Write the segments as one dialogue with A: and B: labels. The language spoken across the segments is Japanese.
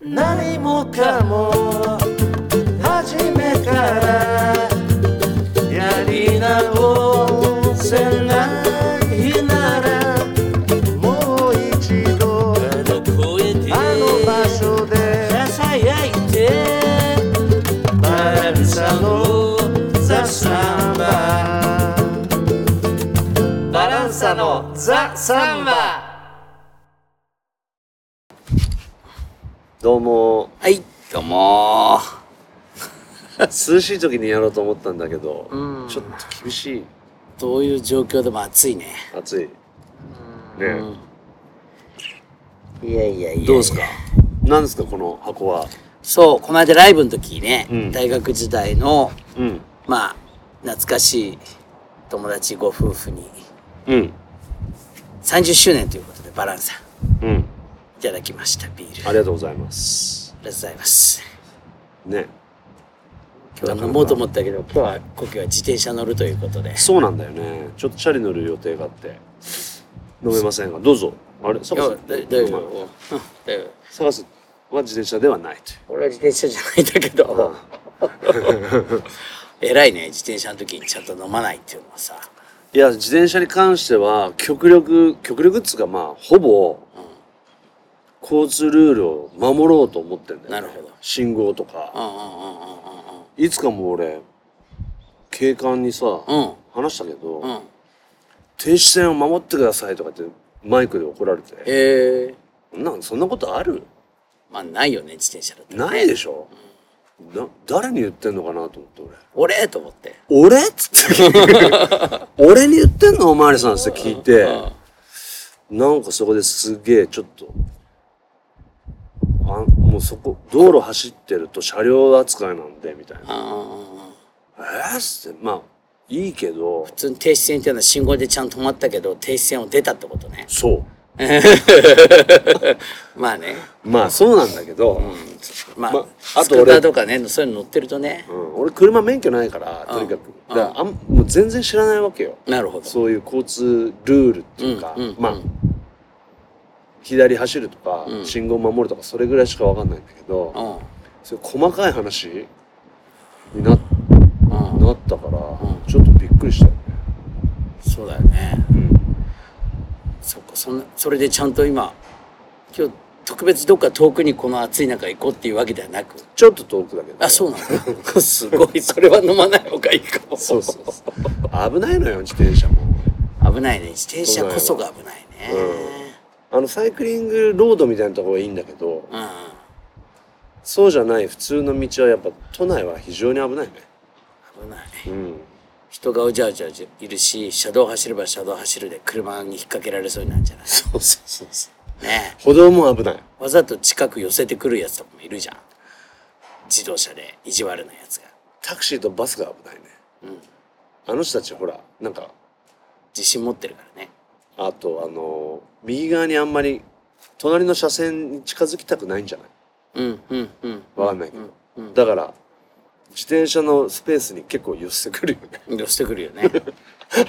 A: 何もかも初めからやり直せないならもう一度
B: あの声で
A: あの場所で
B: ささやいて
A: バランサのザ・サン
B: バ
A: バ
B: バランサのザ・サンバ
A: どうも
B: はいどうも
A: 涼しい時にやろうと思ったんだけど
B: うん
A: ちょっと厳しい
B: どういう状況でも暑いね
A: 暑い
B: うん
A: ね
B: いやいやいや
A: どうですかなんですかこの箱は
B: そうこの間ライブの時ね、
A: うん
B: 大学時代の
A: うん
B: まあ懐かしい友達ご夫婦に
A: うん
B: 30周年ということでバランサい
A: うん
B: ただきましたビールありが
A: ありがとうございます
B: とうございます
A: ね
B: 今日は飲もうと思ったけど今日は故郷は自転車乗るということで
A: そうなんだよねちょっとチャリ乗る予定があって飲めませんがどうぞあれ
B: いや
A: 坂瀬
B: だだいぶ
A: お前
B: うんだいぶ
A: 坂瀬は自転車ではないと
B: 俺は自転車じゃないんだけど 偉いね自転車の時にちゃんと飲まないっていうのはさ
A: いや自転車に関しては極力極力っつうかまあほぼ交通ルールを守ろうと思ってんだよ、ね、
B: なるほど
A: 信号と
B: う
A: か
B: んうんうんうん
A: いつかもう俺警官にさ、
B: うんうん
A: 話したけど、
B: うんうん
A: 停止線を守ってくださいとかってマイクで怒られて
B: ええ
A: なんそんなことある
B: まあないよね自転車だったら
A: ないでしょ、な誰に言ってんのかなと思って
B: 俺と思って
A: 俺俺っつって 俺に言ってんのおまわりさんっつって聞いてなんかそこですげえちょっとあもうそこ道路走ってると車両扱いなんでみたいな
B: あ
A: えー、っつってまあいいけど
B: 普通に停止線っていうのは信号でちゃんと止まったけど停止線を出たってことね
A: そ
B: まあね
A: うまあそうなんだけど、
B: まあ、
A: まあ
B: あ、
A: あ
B: ス
A: と
B: クー
A: 俺
B: ターとかねそういうの乗ってるとね
A: うん、俺車免許ないからとにかく
B: うん
A: だからあんもう全然知らないわけよ
B: なるほど
A: そういう交通ルールっていうか、
B: うんうんうん
A: まあ左走るとか、
B: うん
A: 信号守るとかそれぐらいしかわかんないんだけど、
B: うんうん
A: そういう細かい話にななったから、
B: ん
A: ちょっとびっくりしたよね、
B: そうだよねそっかそんなそれでちゃんと今今日特別どっか遠くにこの暑い中行こうっていうわけではなく
A: ちょっと遠くだけど
B: あそうなんだ すごいそれは飲まない方がいいかも
A: そうそうそう危ないのよ自転車も
B: 危ないね自転車こそが危ないね
A: あのサイクリングロードみたいなところがいいんだけど
B: うん、
A: そうじゃない普通の道はやっぱ都内は非常に危ないね
B: 危ない
A: うん
B: 人がうじゃうじゃうじゃいるし車道走れば車道走るで車に引っ掛けられそうになるんじゃない
A: そうそうそうそう
B: ね え
A: 歩道も危ない
B: わざと近く寄せてくるやつとかもいるじゃん自動車で意地悪なやつが
A: タクシーとバスが危ないね、あの人たちほらなんか
B: 自信持ってるからね
A: あとあの右側にあんまり隣の車線に近づきたくないんじゃない
B: うんうんうん
A: わかんないけど、だから自転車のスペースに結構寄せてくるよね
B: 寄せてくるよね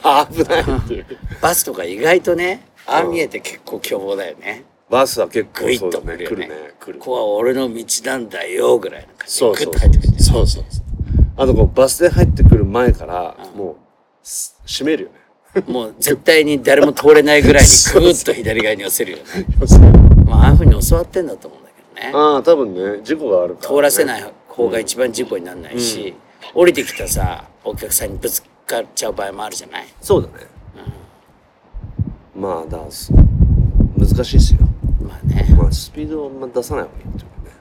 A: あ危ないっていう
B: バスとか意外とねああ見えて結構凶暴だよね
A: バスは結
B: グ
A: 構
B: イ
A: そ
B: ッ
A: うだ
B: と
A: ね
B: 来るよ
A: 来
B: ね
A: るね来る
B: ここは俺の道なんだよぐらいの感じ
A: そうそう
B: グッと入ってくるね
A: そうそうそうあとこうバスで入ってくる前からもうす閉めるよね
B: もう絶対に誰も通れないぐらいにグーッと左側に寄せ るよねまあああいうふうに教わってんだと思うんだけどね
A: ああ多分ね事故があるから、ね、
B: 通らせない方が一番事故にならないし、降りてきたさお客さんにぶつかっちゃう場合もあるじゃない
A: そうだね、まあだからす難しいですよ
B: まあね
A: まあスピードをあんま出さない方がいいってことね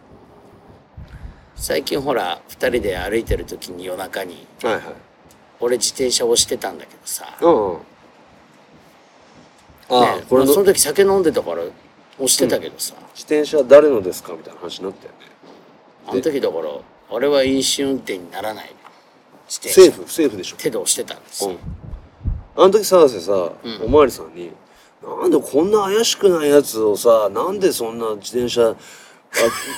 B: 最近ほら2人で歩いてる時に夜中に
A: はいはい
B: 俺自転車押してたんだけどさ、
A: うんうんああ、
B: ね
A: これ
B: ま
A: の
B: あその
A: 自
B: 時酒飲んでたから押してたけどさ、
A: 転車は誰のですかみたいな話になったよね
B: あの時だから俺は飲酒運転にならない自転
A: セー
B: 車
A: フセーフでしょ
B: 手で押してたんです
A: う
B: よ、
A: んあの時澤瀬さ、おまわりさんに「なんでこんな怪しくないやつをさなんでそんな自転車あ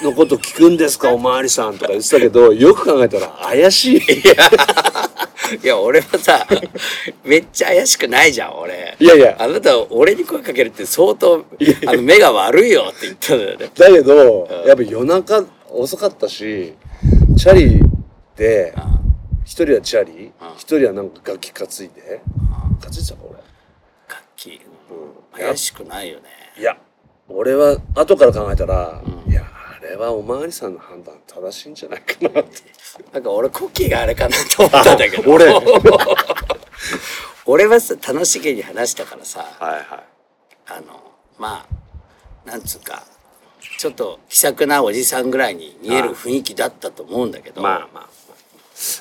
A: のこと聞くんですかおまわりさん」とか言ってたけどよく考えたら怪しい
B: いや俺は さめっちゃ怪しくないじゃん俺
A: いやいや
B: あなた俺に声かけるって相当あの目が悪いよって言ったんだよね
A: だけど、
B: うん
A: やっぱ夜中遅かったしチャリで
B: あ
A: 一人はチャリ
B: うん
A: 一人はなんか楽器担いで
B: あ
A: 担いでたか
B: 楽器
A: 俺、うん、
B: 怪しくないよね
A: いや俺は後から考えたら、
B: うん
A: いやあれはおまわりさんの判断正しいんじゃないかなって
B: なんか俺コッキーがあれかなと思ったんだけど
A: あ俺
B: 俺はさ楽しげに話したからさ
A: はいはい
B: あのまあなんつうかちょっと気さくなおじさんぐらいに見える雰囲気だったと思うんだけど
A: まあまあ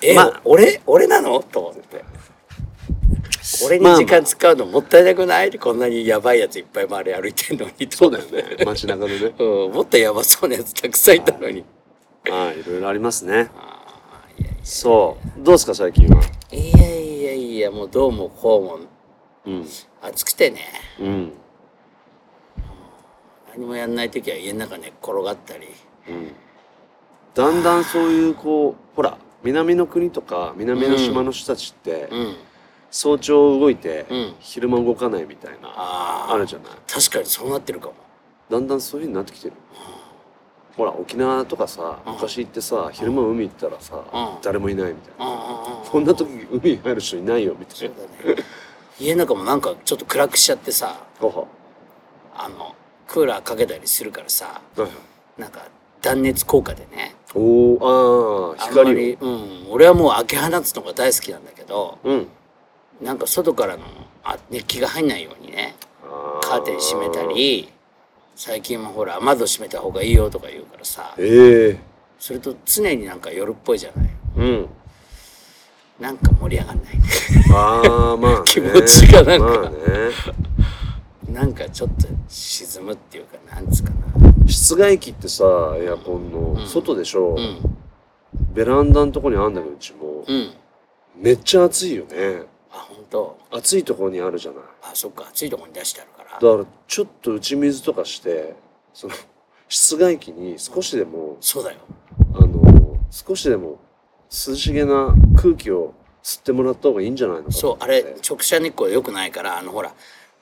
B: え、
A: まあ
B: 俺俺なのと思って俺に時間使うのもったいなくない、こんなにやばいやついっぱい周り歩いてんのにそうだよね、
A: 街中のね
B: うん、もっとやばそうなやつたくさんいたのに、
A: ああいろいろありますね
B: あーいやいや
A: そうどうですか最近はい
B: やいやいやもうどうもこうも
A: うん
B: 暑くてね
A: うん
B: 何もやんない時は家の中寝っ転がったり
A: うんだんだんそういうこうほら南の国とか南の島の人たちって、
B: うん
A: 早朝動いて、
B: うん
A: 昼間動かないみたいな
B: あー
A: あるじゃない
B: 確かにそうなってるかも
A: だんだんそういう風になってきてるほら沖縄とかさ
B: うん
A: 昔行ってさ昼間海行ったらさ
B: うん
A: 誰もいないみたいな
B: ああ
A: こんな時海入る人いないよみた
B: そ
A: いうな
B: だね家の中もなんかちょっと暗くしちゃってさ
A: ごは
B: あのクーラーかけたりするからさ
A: はいはい
B: なんか断熱効果でね
A: おおああ
B: あんま
A: 光を
B: り、うん、俺はもう開け放つのが大好きなんだけど
A: うん
B: なんか外からのあ熱気が入んないようにね
A: あ
B: カーテン閉めたり最近もほら窓閉めた方がいいよとか言うからさ
A: ええ
B: それと常になんか夜っぽいじゃない
A: うん
B: なんか盛り上がんない
A: ああまあね
B: 気持ちがなんか
A: まあね
B: なんかちょっと沈むっていうかなんつうかな
A: 室外機ってさエアコンの
B: ん
A: 外でしょ
B: うん
A: ベランダのとこにあんだけどうちも
B: うん
A: めっちゃ暑いよね
B: あ本当
A: 暑いところにあるじゃない
B: あそっか暑いとこに出してあるから
A: だからちょっと打ち水とかしてその室外機に少しでも
B: そうだよ
A: あの少しでも涼しげな空気を吸ってもらった方がいいんじゃないのか
B: そうあ
A: と思っ
B: れ
A: て
B: 直射日光良くないからあのほら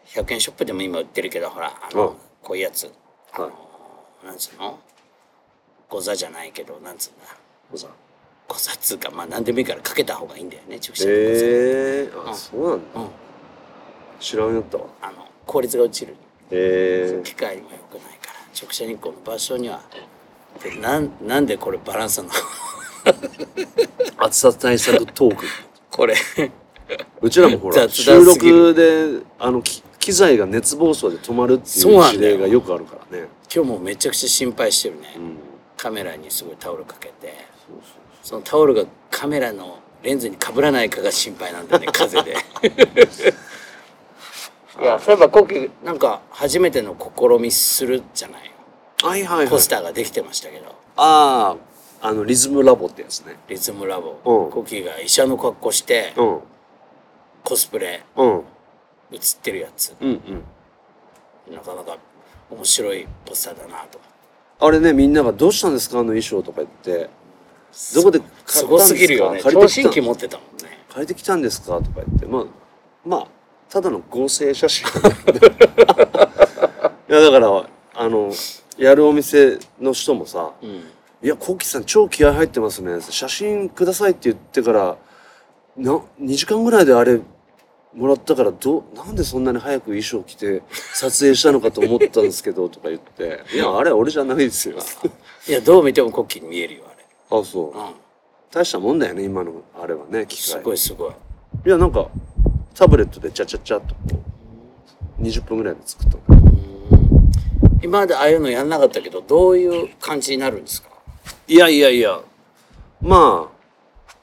B: 100円ショップでも今売ってるけどほらあの、
A: うん
B: こういうやつあの、
A: はい
B: なんつうのゴザじゃないけどなんつうんだ
A: おさ
B: ゴザっつうかまあ何でもいいからかけた方がいいんだよね直射日光さ
A: えー、
B: う
A: あ
B: ん
A: そうなんだ
B: うん
A: 知らんやったわ
B: あの効率が落ちる
A: え
B: 機械にも良くないから直射日光の場所にはでなんなんでこれバランスなの
A: ー、暑さ対策トーク
B: これ
A: うちらもほら
B: 雑談
A: 収
B: すぎる
A: 録であのき機材が熱暴走で止まるって
B: そう
A: いう
B: なん
A: 事
B: だよ
A: 例がよくあるからね
B: 今日もめちゃくちゃ心配してるね、
A: うん
B: カメラにすごいタオルかけて
A: そうそう
B: そのタオルがカメラのレンズにかぶらないかが心配なんだ よね風でいやそういえばコキなんか初めての試みするじゃない
A: そうはいはいは
B: ポ
A: い
B: スターができてましたけど
A: あああのリズムラボってやつね
B: リズムラボ
A: うん
B: コキが医者の格好して
A: うん
B: コスプレ
A: うん
B: 映ってるやつ
A: うんうん
B: なかなか面白いポスターだなと
A: あれねみんなが「どうしたんですかあの衣装」とか言って「どこで買ったんですか
B: すごすぎるよね
A: 借
B: 聴
A: りて
B: 診
A: き
B: 器
A: た
B: 持ってたもんね
A: 借りてきたんですか?」とか言ってまあまあただの合成写 真いやだからあのやるお店の人もさ「
B: うん
A: いやコウキさん超気合入ってますね写真ください」って言ってからな2時間ぐらいであれもらったからどうなんでそんなに早く衣装着て撮影したのかと思ったんですけどとか言って「いやあれ俺じゃないですよ」
B: いやどう見てもコキに見えるよあれ
A: あそう
B: うん
A: 大したもんだよね今のあれはね機
B: す
A: 械
B: ごいすごい
A: いやなんかタブレットでチャチャチャっとこう20分ぐらいで作ったの
B: うん今までああいうのやんなかったけどどういう感じになるんですか
A: いやいやいやままあ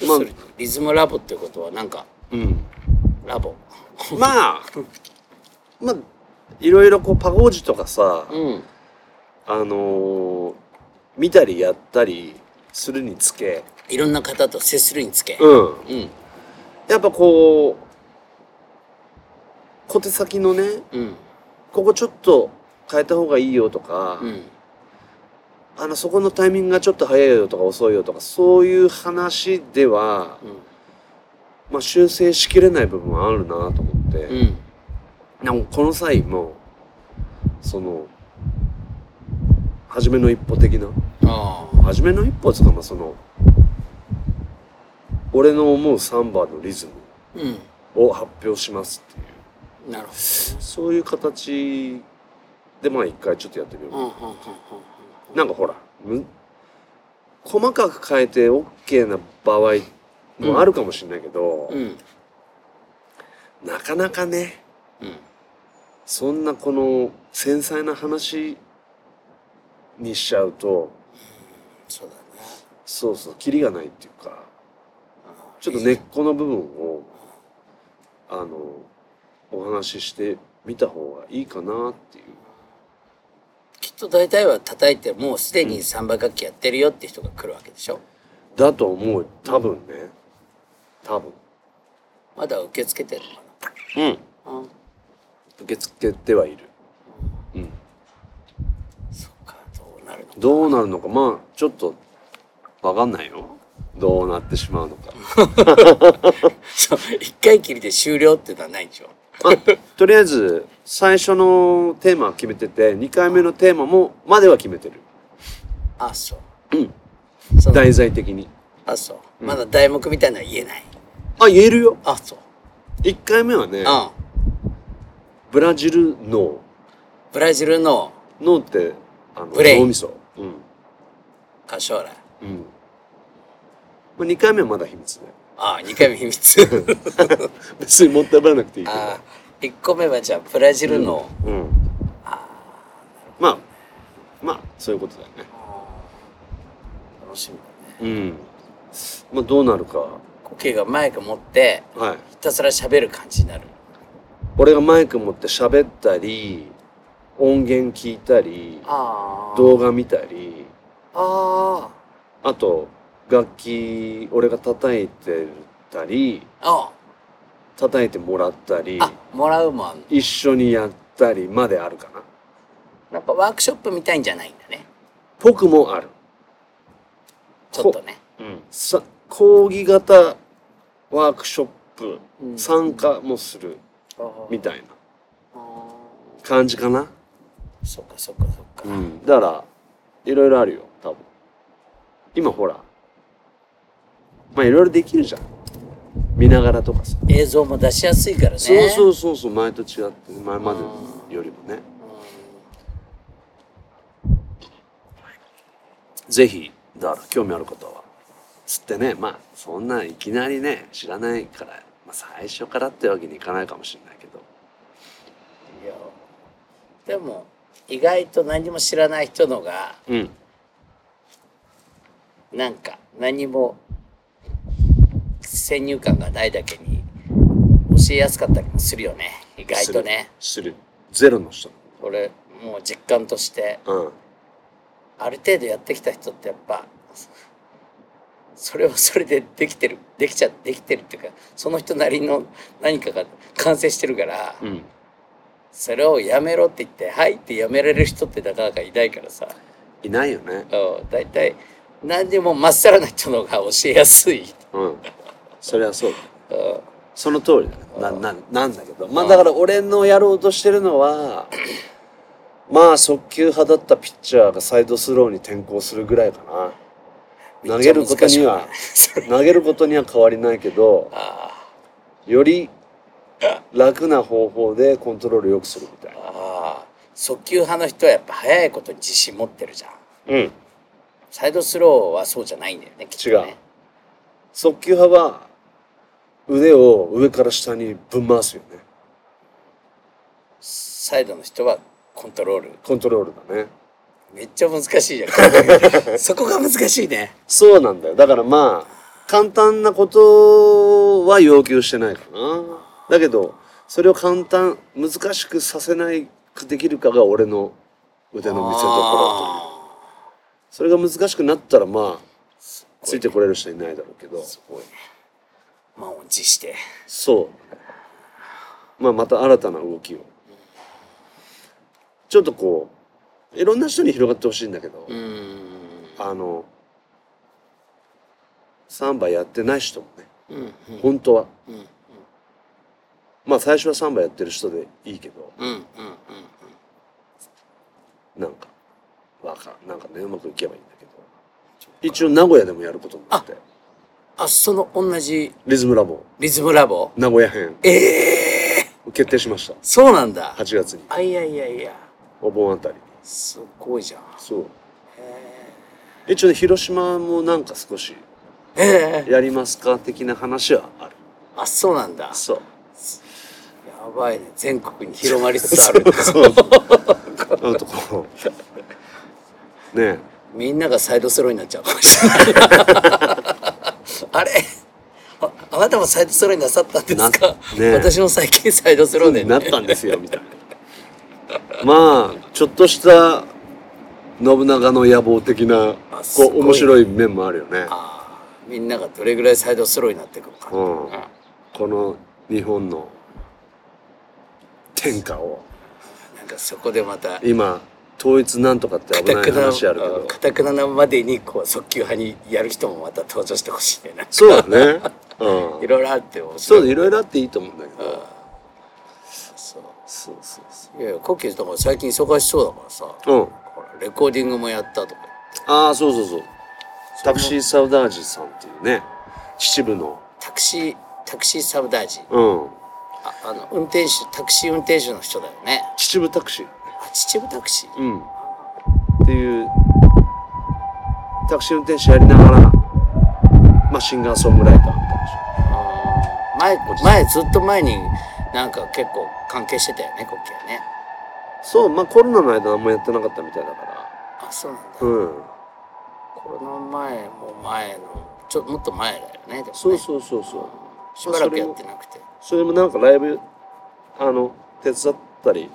B: 要するにリズムラボっていうことはなんか
A: あうん
B: ラボ
A: まあまあいろいろこうパゴージとかさ、
B: うん
A: あのー見たりやったりするにつけ
B: いろんな方と接するにつけ
A: うん
B: うん
A: やっぱこう小手先のね
B: うん
A: ここちょっと変えた方がいいよとか、
B: うん
A: あのそこのタイミングがちょっと早いよとか遅いよとかそういう話では、まあ、修正しきれない部分はあるなと思って、
B: うんうん
A: でもこの際もその初めの一歩的な
B: あ
A: 初めの一歩つかまあその俺の思うサンバのリズム
B: あうん
A: を発表しますっていう
B: なるほ
A: そういう形でまあ一回ちょっとやってみよう
B: どうんうんうんうん
A: なんかほら、む細かく変えて OK な場合もあるかもしれないけど、
B: うん
A: なかなかね、
B: うん
A: そんなこの繊細な話にしちゃうと、
B: そうだね
A: そうそう、キリがないっていうか、
B: うん
A: ちょっと根っこの部分を、あの、お話ししてみた方がいいかなっていう。
B: きっと大体は叩いてもうすでに三倍楽器やってるよって人が来るわけでしょ
A: だと思う。多分ね。多分。
B: まだ受け付けてるのか
A: うん。
B: なうん
A: 受け付けてはいる。うん。
B: そっかどうなるの
A: どうなるのかまあちょっとわかんないよどうなってしまうの か
B: そう一回きりで終了っていうのはないんでしょ
A: とりあえず最初のテーマは決めてて2回目のテーマもまでは決めてる
B: あそう
A: うん題材的に
B: あそう、まだ題目みたいなのは言えない
A: あ言えるよ
B: あそう
A: 1回目はね
B: うん
A: ブラジル脳
B: ブラジルの
A: 脳ってあの
B: ブレイン
A: 脳みそうん、
B: 歌唱来
A: うんまあ、2回目はまだ秘密で
B: ああ2回目秘密
A: 別にもったいぶらなくていいけど
B: ああ1個目はじゃあブラジルの、
A: うんまあまあそういうことだよね
B: 楽しみだね
A: うんまあどうなるか
B: コケがマイク持って
A: はい
B: ひたすら喋る感じになる
A: 俺がマイク持って喋ったり音源聞いたり
B: あ
A: 動画見たり
B: あ
A: あと楽器俺が叩いてたり
B: ああ
A: 叩いてもらったり
B: あもらうもん
A: 一緒にやったりまであるかな
B: なんかワークショップみたいんじゃないんだね
A: 僕もある、
B: ちょっとね
A: うん、さ講義型ワークショップ
B: うん
A: 参加もするみたいな
B: あ
A: 感じかな、
B: ーそっかそっかそっか、
A: うん、だからいろいろあるよ多分今ほらまあいろいろできるじゃん見ながらとかさ、
B: 映像も出しやすいからね
A: そうそううそうそう前と違って前までよりもねぜひだから興味ある方はつってねまあそんないきなりね知らないから、まあ、最初からってわけにいかないかもしれないけど
B: んいやでも意外と何も知らない人のが
A: うん
B: なんか何も先入観がないだけに教えやすかったりもするよね意外とね
A: するするゼロの人
B: これもう実感として
A: うん
B: ある程度やってきた人ってやっぱそれはそれでできてるできちゃできてるっていうかその人なりの何かが完成してるから
A: うん
B: それをやめろって言って「はい」ってやめられる人ってなかなかいないからさ
A: いないよね
B: うん大体何でもまっさらな人の方が教えやすい。
A: うんそれはそうだ
B: うん
A: その通りだねなななんだけどまあだから俺のやろうとしてるのはまあ速球派だったピッチャーがサイドスローに転向するぐらいかな投げることには
B: めっちゃ難しくない
A: 投げることには変わりないけど
B: あ
A: より楽な方法でコントロールよくするみたい
B: ーあー速球派の人はやっぱ速いことに自信持ってるじゃん
A: なうん
B: サイドスローはそうじゃないんだよねきっとね
A: 違う速球派は腕を上から下にぶん回すよね
B: サイドの人はコントロール
A: コントロールだね
B: めっちゃ難しい じゃんそこが難しいね
A: そうなんだよ。だからまあ、簡単なことは要求してないかな。だけど、それを簡単、難しくさせないくできるかが俺の腕の見せ所。
B: あ
A: それが難しくなったらまあ、ついてこれる人いないだろうけど
B: ー。すごいね満を持して
A: そう。まあまた新たな動きを。ちょっとこう、いろんな人に広がってほしいんだけど、
B: うん
A: あのサンバやってない人もね
B: うんうん
A: 本当は
B: うんうん
A: まあ最初はサンバやってる人でいいけど
B: うんうんうん
A: なんかわかんなんかねうまくいけばいいんだけど一応名古屋でもやることになって
B: あその同じ
A: リズムラボ
B: リズムラボ
A: 名古屋編
B: ええ
A: 決定しました
B: そうなんだ
A: 8月に
B: あいやいやいや
A: お盆あたりに
B: すごいじゃん
A: そう
B: へ
A: 一応ね広島もなんか少し
B: えええ
A: やりますか的な話はある
B: あそうなんだ
A: そう
B: やばいね全国に広まりつ つある
A: そうそうあとこうね
B: みんながサイドスローになっちゃうかもしれない あれああなたもサイドスローになさったんですか、
A: なね
B: 私も最近サイドスローで、
A: えなったんですよみたいなまあちょっとした信長の野望的な
B: あす
A: こ
B: ごいう
A: 面白い面もあるよね
B: あーみんながどれぐらいサイドスローになっていくのか、
A: うんこの日本の天下を
B: なんかそこでまた
A: 今統一なんとかって
B: か
A: 危
B: た
A: な
B: く
A: い
B: な
A: 話あるけど
B: かたくななまでにこう速球派にやる人もまた登場してほしいねなんか
A: そうだねう
B: い
A: ん
B: ろいろあって面白
A: そ
B: いう
A: だいろいろあっていいと思うんだけど
B: そう
A: そうそうそ
B: いやいやコッキーとか最近忙しそうだからさ
A: ううん
B: ほらレコーディングもやったとか
A: ああそうそうそうタクシーサウダージさんっていうね秩父の
B: タクシータクシーサブダージ
A: うん
B: ああの運転手タクシー運転手の人だよね
A: 秩父タクシー
B: あ秩父タクシー
A: うんっていうタクシー運転手やりながらまあシンガーソングライターみたいな
B: 前前ずっと前になんか結構関係してたよねコッキーはね
A: そうまあコロナの間何もやってなかったみたいだから
B: あそうなんだ
A: うん
B: コロナ前も前のちょもっと前だよねでもね
A: そうそうそうそう
B: しばらくやってなくて
A: それもなんかライブあの手伝ったり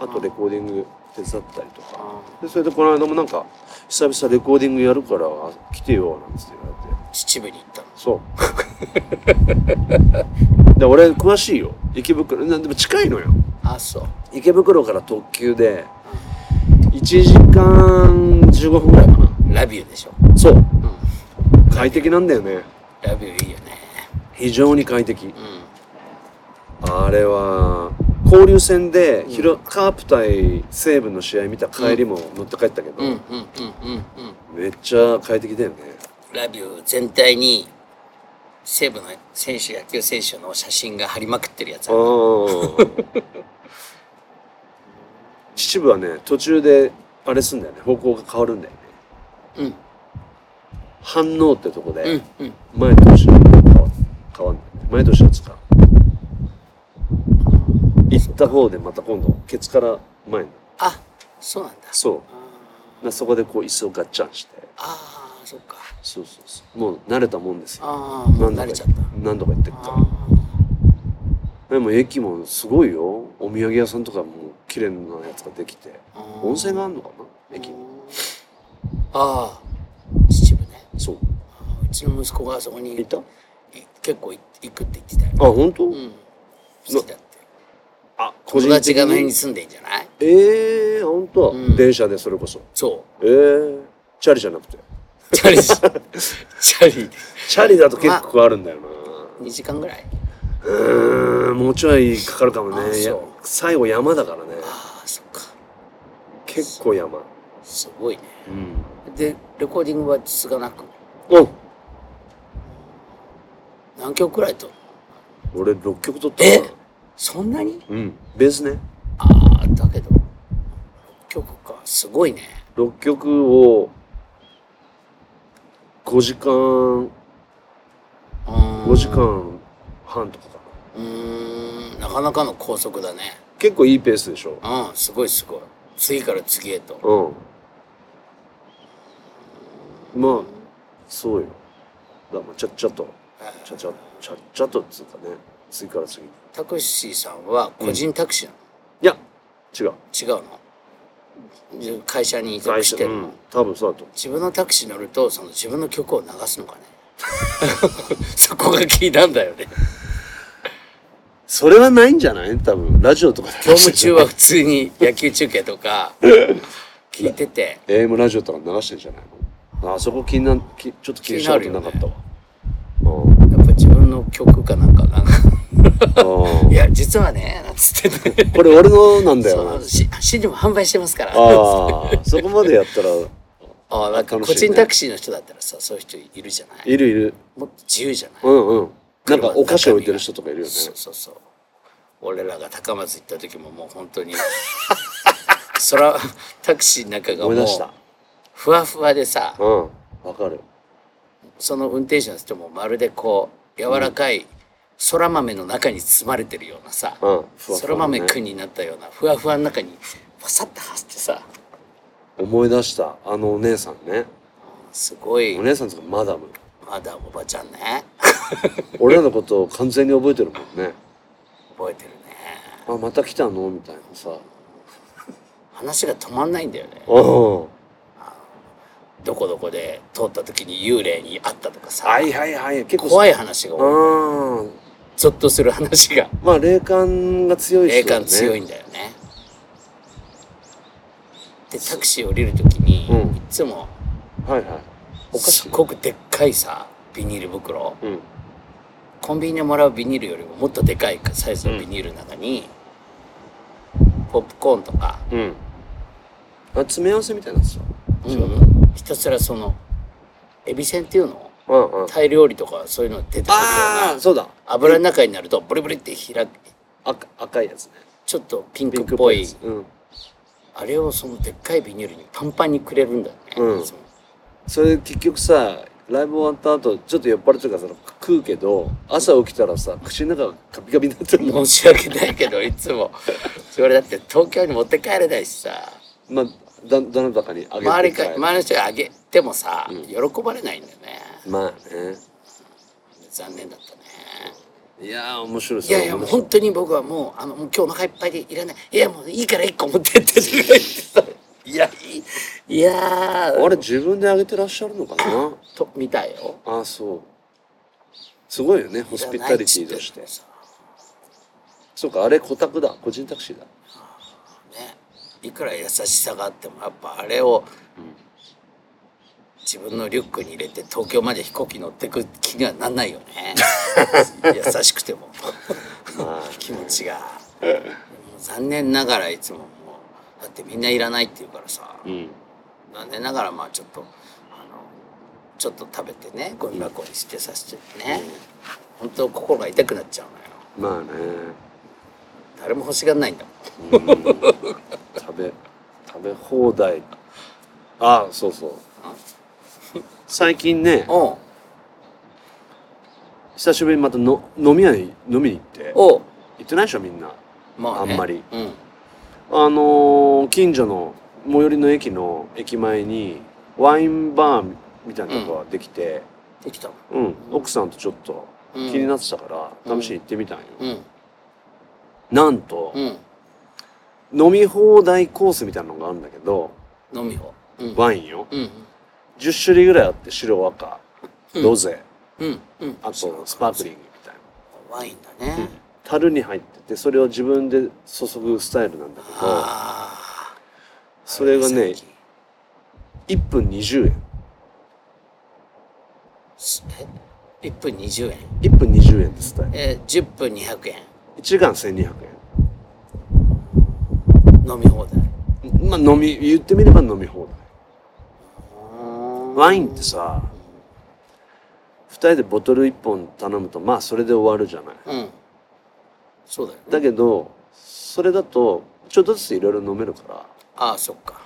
A: あとレコーディング手伝ったりとか
B: あ
A: でそれでこの間もなんか久々レコーディングやるから来てよなんつって言われて
B: ー秩父に行ったの
A: そう で俺詳しいよ池袋なでも近いのよ
B: あそう
A: 池袋から特急で1時間15分ぐらいかな
B: ラビューでしょ、
A: そう
B: うん、
A: 快適なんだよね
B: ラビューいいよね
A: 非常に快適
B: うん
A: あれは交流戦で、ヒロカープ対西武の試合見た帰りも乗って帰ったけど、
B: うんうんうんうんうん
A: めっちゃ快適だよね
B: ラビュー全体に西武の選手野球選手の写真が貼りまくってるやつ
A: ああ 秩父はね途中であれすんだよね方向が変わるんだよね
B: うん
A: 反応ってとこ
B: う
A: で
B: んうん
A: 前と後ろが変わ変わんない前と後ろっつうか行った方でまた今度ケツから前に
B: あそうなんだ
A: そ
B: あ
A: うなそこでこう椅子をガッチャンして
B: あーそっか
A: そうそうそうもう慣れたもんですよ
B: ああもう慣
A: 度か
B: れちゃった
A: 何度か行ってる
B: あ
A: かでも駅もすごいよお土産屋さんとかも綺麗なやつができて
B: あー
A: 温泉があるのかな駅に
B: ああ秩父ね
A: そう
B: あーうちの息子があそこに
A: 行ったあ
B: い結構い行くって言ってたよ、
A: 本当、
B: うん、好きだって
A: あ個
B: 友
A: 人
B: 達
A: 的
B: が前に
A: に
B: 住んでんじゃない
A: ええー、本当、
B: うん
A: 電車でそれこそ
B: そ
A: ええー、チャリじゃなくて
B: うチャリ チャリ
A: チャリだと結構あるんだよな、
B: 2時間ぐらいう
A: ーんもうちょいかかるかも
B: あ
A: ねいや
B: そう
A: 最後山だからね
B: ああそっか
A: 結構山
B: すごいね
A: うん
B: でレコーディングはつつがなく
A: お
B: 何曲くらいと
A: 俺6曲取ったな
B: えそんなに
A: うんベースね
B: ああだけど曲かすごいね
A: 6曲を5時間
B: 5
A: 5時間半とかかな
B: うーんなかなかの高速だね
A: 結構いいペースでしょ
B: うんすごいすごい次から次へと
A: うんまあそうよだからまあちゃっちゃとちゃちゃちゃっちゃとっつうかね次から次に
B: タクシーさんは個人タクシー
A: いや違う
B: なの、違うの会社に委託して
A: う
B: るの、
A: ん多分そうだと
B: 自分のタクシー乗るとその自分の曲を流すのかね そこが聞いたんだよね
A: それはないんじゃない多分ラジオとかで
B: 業務中は普通に野球中継とか聞いてて
A: AM ラジオとか流してんじゃないのあそこ気になきちょっと気にしたことなかった
B: や
A: わ、
B: っぱ自分の曲かなんかなんか
A: うん
B: いや実はねなんつってね
A: うんこれ俺のなんだ
B: そ
A: よ
B: う
A: な
B: し CD も販売してますから
A: ああそこまでやったら
B: ああなんか
A: 楽し
B: 個
A: い
B: 人
A: ね
B: タクシーの人だったらさそういう人いるじゃない
A: いるいる
B: もっと自由じゃない、
A: うんうんなんかお菓子置いてる人とかいるよね
B: そうそうそう俺らが高松行った時ももう本当に そらタクシーの中がも
A: 思
B: う
A: い出した
B: ふわふわでさ
A: うんわかる
B: その運転手の人もまるでこう柔らかいそら豆の中に包まれてるようなさ
A: うんふわ
B: そ
A: ふ
B: ら
A: わのね
B: 豆くんになったようなふわふわの中にパサッと走ってさ
A: 思い出したあのお姉さんね
B: すごい
A: お姉さんとかマダム
B: まだおばちゃんね
A: 俺らのことを完全に覚えてるもんね
B: 覚えてるね
A: あまた来たのみたいなさ
B: 話が止まんないんだよね
A: うん
B: どこどこで通った時に幽霊に会ったとかさ、
A: はいはいはい結構
B: 怖
A: い
B: い話が多い
A: うん
B: ゾッとする話が
A: まあ霊感が強い人
B: 霊
A: だね
B: 感強いんだよねでタクシー降りる時に、
A: うん
B: いつも
A: はいはいお菓
B: す
A: 子
B: っごくでっかいさビニール袋
A: うん
B: コンビニでもらうビニールよりももっとでかいサイズのビニールの中に、ポップコーンとか、
A: うんあ詰め合わせみたいなやつだ
B: う
A: うんん
B: ひたすらそのエビせんっていうの
A: うんうん
B: タイ料理とかそういうの出てくるよう
A: あ
B: な
A: あそうだ
B: 油の中になるとブリブリって開く
A: 赤赤いやつね
B: ちょっとピンクっぽい
A: やつうん
B: あれをそのでっかいビニールにパンパンにくれるんだよね、
A: うん
B: いつも
A: それ結局さライブ終わった後ちょっと酔っ払ってるからさ食うけど朝起きたらさ口の中がカピカピになってる
B: 申
A: の
B: し訳ないけどいつもそれだって東京に持って帰れないしさ
A: まあだだの中にあげて
B: 周りか
A: 帰
B: 周
A: る
B: りの人にあげてもさ、
A: うん
B: 喜ばれないんだよね
A: まあね
B: 残念だったね
A: いやー面白いっす
B: いやいやもう本当に僕はもうあのもう今日お腹いっぱいでいらないいやもういいから一個持ってってとか言ってさいやいいやー
A: あれ自分であげてらっしゃるのかな
B: と見たよ
A: ああそうすごいよねホスピタリティとし
B: い
A: て
B: らないっつっ
A: そうかあれ個宅だ個人タクシーだ
B: てねいくら優しさがあってもやっぱあれを自分のリュックに入れて東京まで飛行機乗ってく気にはなんないよ ね優しくても
A: まあ
B: 気持ちがもう残念ながらいつももうだってみんないらないって言うからさ
A: うん
B: 残念ながらまあちょっとあのちょっと食べてねゴミ箱に捨てさせてね、本当心が痛くなっちゃうのよ
A: まあね
B: 誰も欲しがんないんだもん
A: うん食べ食べ放題ああそうそう最近ね
B: おう
A: 久しぶりにまたの飲み屋に飲みに行って行
B: おう
A: ってないでしょみんな
B: まあ、ね、
A: あんまり
B: うん
A: あのー近所の最寄りの駅の駅前にワインバーみたいなとこができて、
B: できたの
A: うん奥さんとちょっと気
B: うん
A: になってたか
B: うん
A: ら試しに行ってみたんよ、
B: うん
A: なんと、
B: うん
A: 飲み放題コースみたいなのがあるんだけど
B: 飲みをうん
A: ワインよ
B: うん
A: 10種類ぐらいあって白赤
B: うん
A: ロゼ、
B: うんうん
A: あとスパークリングみたいな
B: ワインだね、
A: 樽に入っててそれを自分で注ぐスタイルなんだけど
B: ああ
A: それがね1分20円
B: え1分20円
A: 1分20円ですね
B: えー、10分200円
A: 1時間1200
B: 飲み放題
A: 円まあ飲み言ってみれば飲み放題ワインってさ2人でボトル1本頼むとまあそれで終わるじゃない
B: うんそうだよ
A: だけどそれだとちょっとずついろいろ飲めるから
B: ああそっか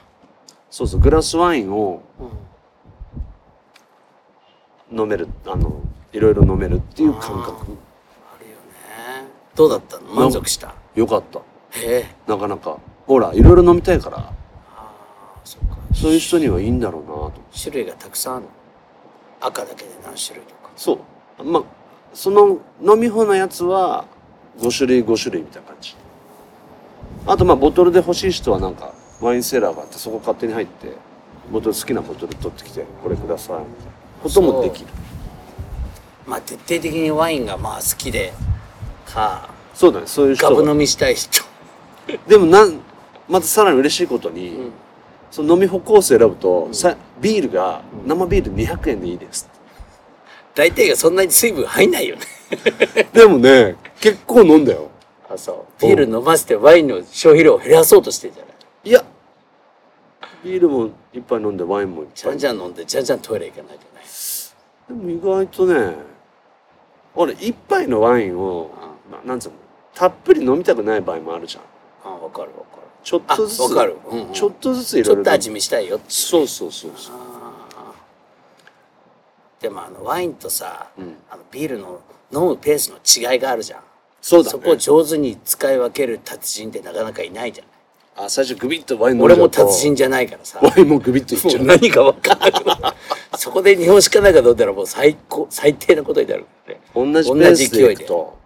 A: そうそうグラスワインを
B: うん
A: 飲めるあのいろいろ飲めるっていう感覚
B: あるよねどうだったの満足した
A: よかった
B: へえ
A: なかなかほらいろいろ飲みたいから
B: ああそっか
A: そういう人にはいいんだろうなと
B: 種類がたくさんあるの赤だけで何種類とか
A: そうまあその飲み放のやつは5種類5種類みたいな感じあとまあボトルで欲しい人はなんかワインセラーがあってそこ勝手に入ってボトル好きなボトル取ってきてこれくださいみたいなこともできる
B: まあ徹底的にワインがまあ好きでか
A: そうだねそういう人
B: ガブ
A: は
B: 飲みしたい人
A: でもなんまたさらに嬉しいことに、
B: うん
A: その飲み歩コース選ぶと、さビールが
B: うん
A: 生ビール200円でいいです
B: 大体がそんなに水分入んないよね
A: でもね結構飲んだよ
B: あそうビール飲ませてワインの消費量を減らそうとしてんじゃない
A: いやビールも一杯飲んでワインも一
B: じゃ
A: 杯
B: んじゃん飲んでじゃんじゃんトイレ行かないとね
A: でも意外とね俺一杯のワインをななんつうのたっぷり飲みたくない場合もあるじゃん
B: あわかるわかる
A: ちょっ
B: あ
A: とずつ
B: わかる、うんうん
A: ちょっとずつい
B: ち
A: ろい
B: ょ
A: ろ
B: っと味見したいよ
A: そうそうそうそう
B: あーでもあのワインとさ、
A: うん
B: あのビールの飲むペースの違いがあるじゃん
A: そうだね
B: そこを上手に使い分ける達人ってなかなかいないじゃん
A: あ最初グビッとワイン飲ん
B: 俺
A: じゃう
B: も
A: と
B: 達人じゃないから さも
A: ワインもグビッといっちゃ
B: う
A: う
B: 何か分かんなくなるそこで日本酒かなんか飲んだらもう最高最低なことになるからね
A: 同じペースでいくと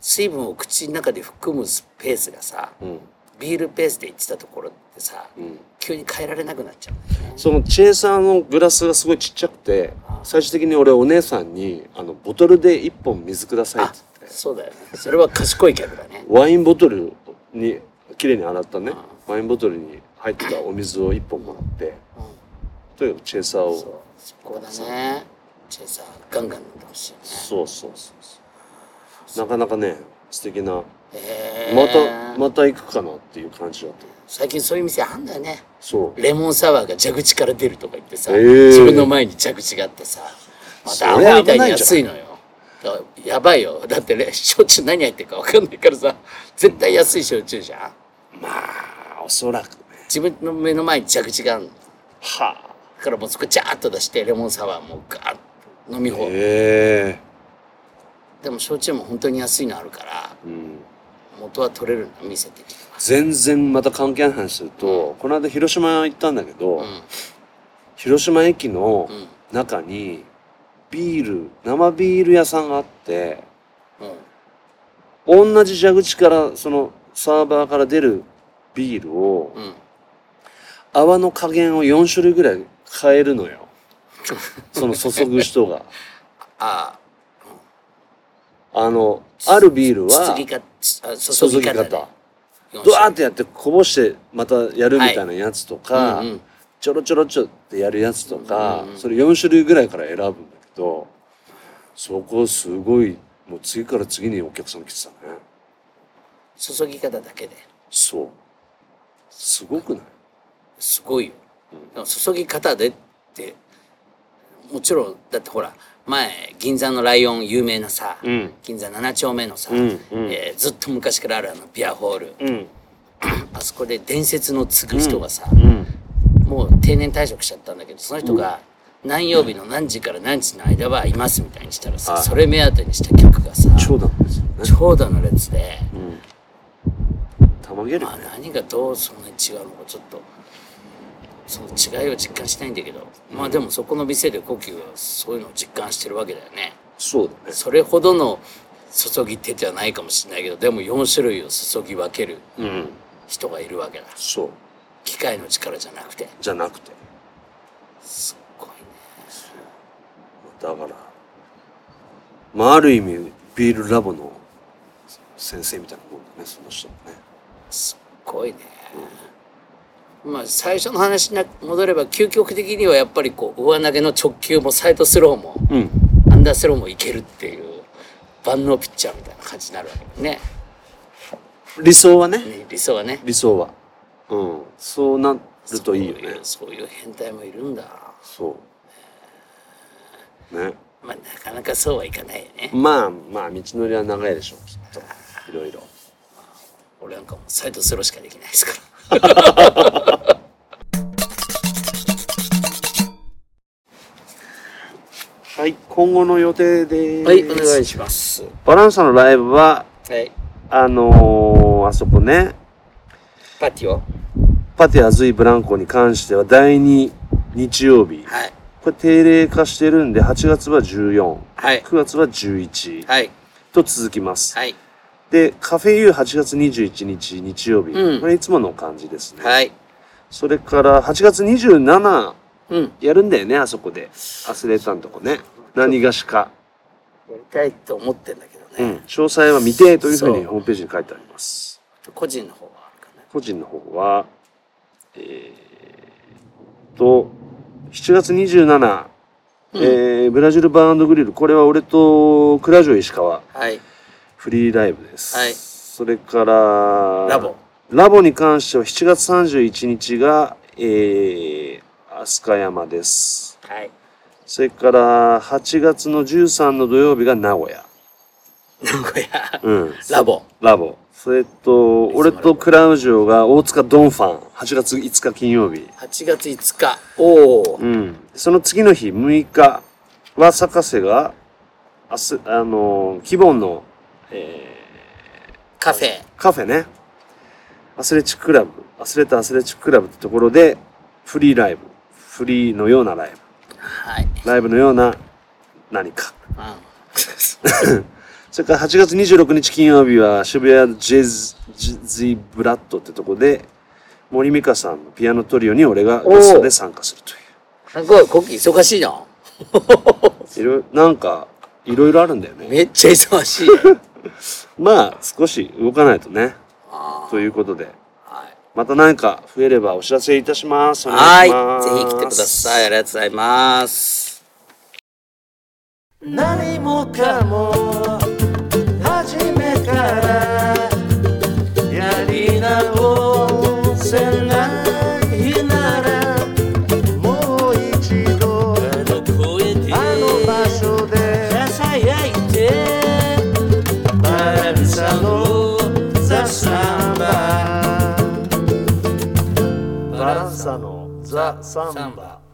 B: 水分を口の中で含むペースがさ
A: うん
B: ビールペースでいってたところってさ、
A: うん
B: 急に変えられなくなっちゃう
A: そのチェーサーのグラスがすごいちっちゃくて最終的に俺お姉さんにあのボトルで1本水くださいって言って
B: そうだよねそれは賢い客だね
A: ワインボトルに綺麗に洗ったねワインボトルに入ってたお水を1本もらってとにかくチェーサーを
B: そうそこだねチェさガンガン飲んでほしいね
A: そうそうそうそうなかなかね素敵な
B: へ
A: ま
B: ー
A: たまた行くかなっていう感じだった
B: 最近そういう店あんだよね
A: そう
B: レモンサワーが蛇口から出るとか言ってさ、
A: へー
B: 自分の前に蛇口があってさまたアホみたいに安いのよだからやばいよだってね焼酎何入ってるか分かんないからさ絶対安い焼酎じゃん
A: まあおそらくね
B: 自分の目の前に蛇口があるの
A: はあ
B: だからもうそこジャーッと出してレモンサワーもガーッと飲み放題
A: へ
B: でも焼酎も本当に安いのあるから
A: えうん
B: 元は取れるの見せてきて
A: 全然また関係ない話すると、この間広島行ったんだけど、
B: う
A: 広島駅の
B: んうん
A: 中にビール生ビール屋さんがあって
B: うん
A: 同じ蛇口からそのサーバーから出るビールを
B: うん
A: 泡の加減を4種類ぐらい変えるの よその注ぐ人が
B: あ
A: あのあるビール
B: あ
A: は
B: 注ぎ方あ注
A: 注
B: ぎ
A: ぎ
B: 方
A: 方
B: で四種類
A: ドワーってやってこぼしてまたやるみたいなやつとか、
B: うんうん
A: ちょろちょろちょってやるやつとか、
B: うんうんうん
A: それ4種類ぐらいから選ぶんだけどそこすごいもう次から次にお客さん来てたね
B: 注ぎ方だけで
A: そうすごくない
B: すごいよ、でも注ぎ方でってもちろんだってほら前銀座のライオン有名なさ、
A: ん
B: 銀座7丁目のさ、
A: うんうん
B: えーずっと昔からあるあのビアホール
A: うん
B: あそこで伝説の継ぐ人がさ、
A: うん
B: もう定年退職しちゃったんだけどその人が何曜日の何時から何時の間はいますみたいにしたらさ、
A: はい
B: それ目当てにした客がさ
A: 長男ですよね
B: 長蛇の列で、
A: たまげるよ
B: まあ、
A: ね
B: 何がどうそんなに違うのかちょっとその違いを実感しないんだけど、まあでもそこの店で呼吸はそういうのを実感してるわけだよね
A: そうだね
B: それほどの注ぎ手ではないかもしれないけどでも4種類を注ぎ分ける
A: うん
B: 人がいるわけだ
A: そう
B: 機械の力じゃなくて
A: じゃなくて
B: すっごいね
A: だからまあある意味ビールラボの先生みたいなもんだねその人もね
B: すっごいね、まあ最初の話にな戻れば究極的にはやっぱりこう上投げの直球もサイドスローも
A: うん
B: アンダースローもいけるっていう万能ピッチャーみたいな感じになるわけね
A: 理想はね
B: ね理想はね
A: 理想はうんそうなるといいよね
B: そういうそういう変態もいるんだ
A: そうね
B: まあなかなかそうはいかないよね
A: まあまあ道のりは長いでしょうきっといろいろ
B: 俺なんかもうサイドスローしかできないですから
A: はい今後の予定です
B: いします
A: バランサのライブは
B: はい
A: あのーあそこね
B: パティオ
A: パティアズイブランコに関しては第2日曜日
B: はい
A: これ定例化してるんで8月は149
B: はい
A: 月は11
B: はい
A: と続きます、
B: はい
A: でカフェ U8 月21日日曜日、
B: うん
A: これいつもの感じですね、
B: はい
A: それから8月27
B: うん
A: やるんだよねあそこでアスレータのとこね何がしか、
B: やりたいと思ってんだけどね、
A: うん、詳細は未定というふう
B: そう
A: にホームページに書いてあります
B: 個人の方はあるかな
A: 個人の方はえー、っと7月27、
B: うん
A: えーブラジルバーグリルこれは俺とクラジオ石川
B: はい
A: フリーライブです、
B: はい
A: それから
B: ラボ
A: ラボに関しては7月31日が、えー、飛鳥山です。
B: はい
A: それから8月の13の土曜日が名古屋。
B: 名古屋
A: うん。
B: ラボ
A: ラボ。それと、俺とクラウジオが大塚ドンファン。8月5日金曜日。
B: 8月5日おお、
A: うん。その次の日6日は坂瀬が、明日、あのー、キボンの、え
B: カフェ
A: ー、カフェね。アスレチッククラブ。アスレタアスレチッククラブってところで、フリーライブ。フリーのようなライブ。
B: はい、
A: ライブのような何か。
B: う
A: それから8月26日金曜日は渋谷ジェズ・ジズイ・ブラッドってとこで森美香さんのピアノトリオに俺がゲストで参加するとい
B: ん、すごいコキ忙しいな
A: う。いろいろなんかいろいろあるんだよね。
B: めっちゃ忙しい
A: まあ少し動かないとね。
B: あ
A: ということで
B: ーはい
A: また何か増えればお知らせいたします。お願
B: はいい
A: します
B: ぜひ来てくださいありがとうございます
C: 何もかも初めからやり直せないならもう一度あの場所でバランサのザ・サンババランサのザ・サンバ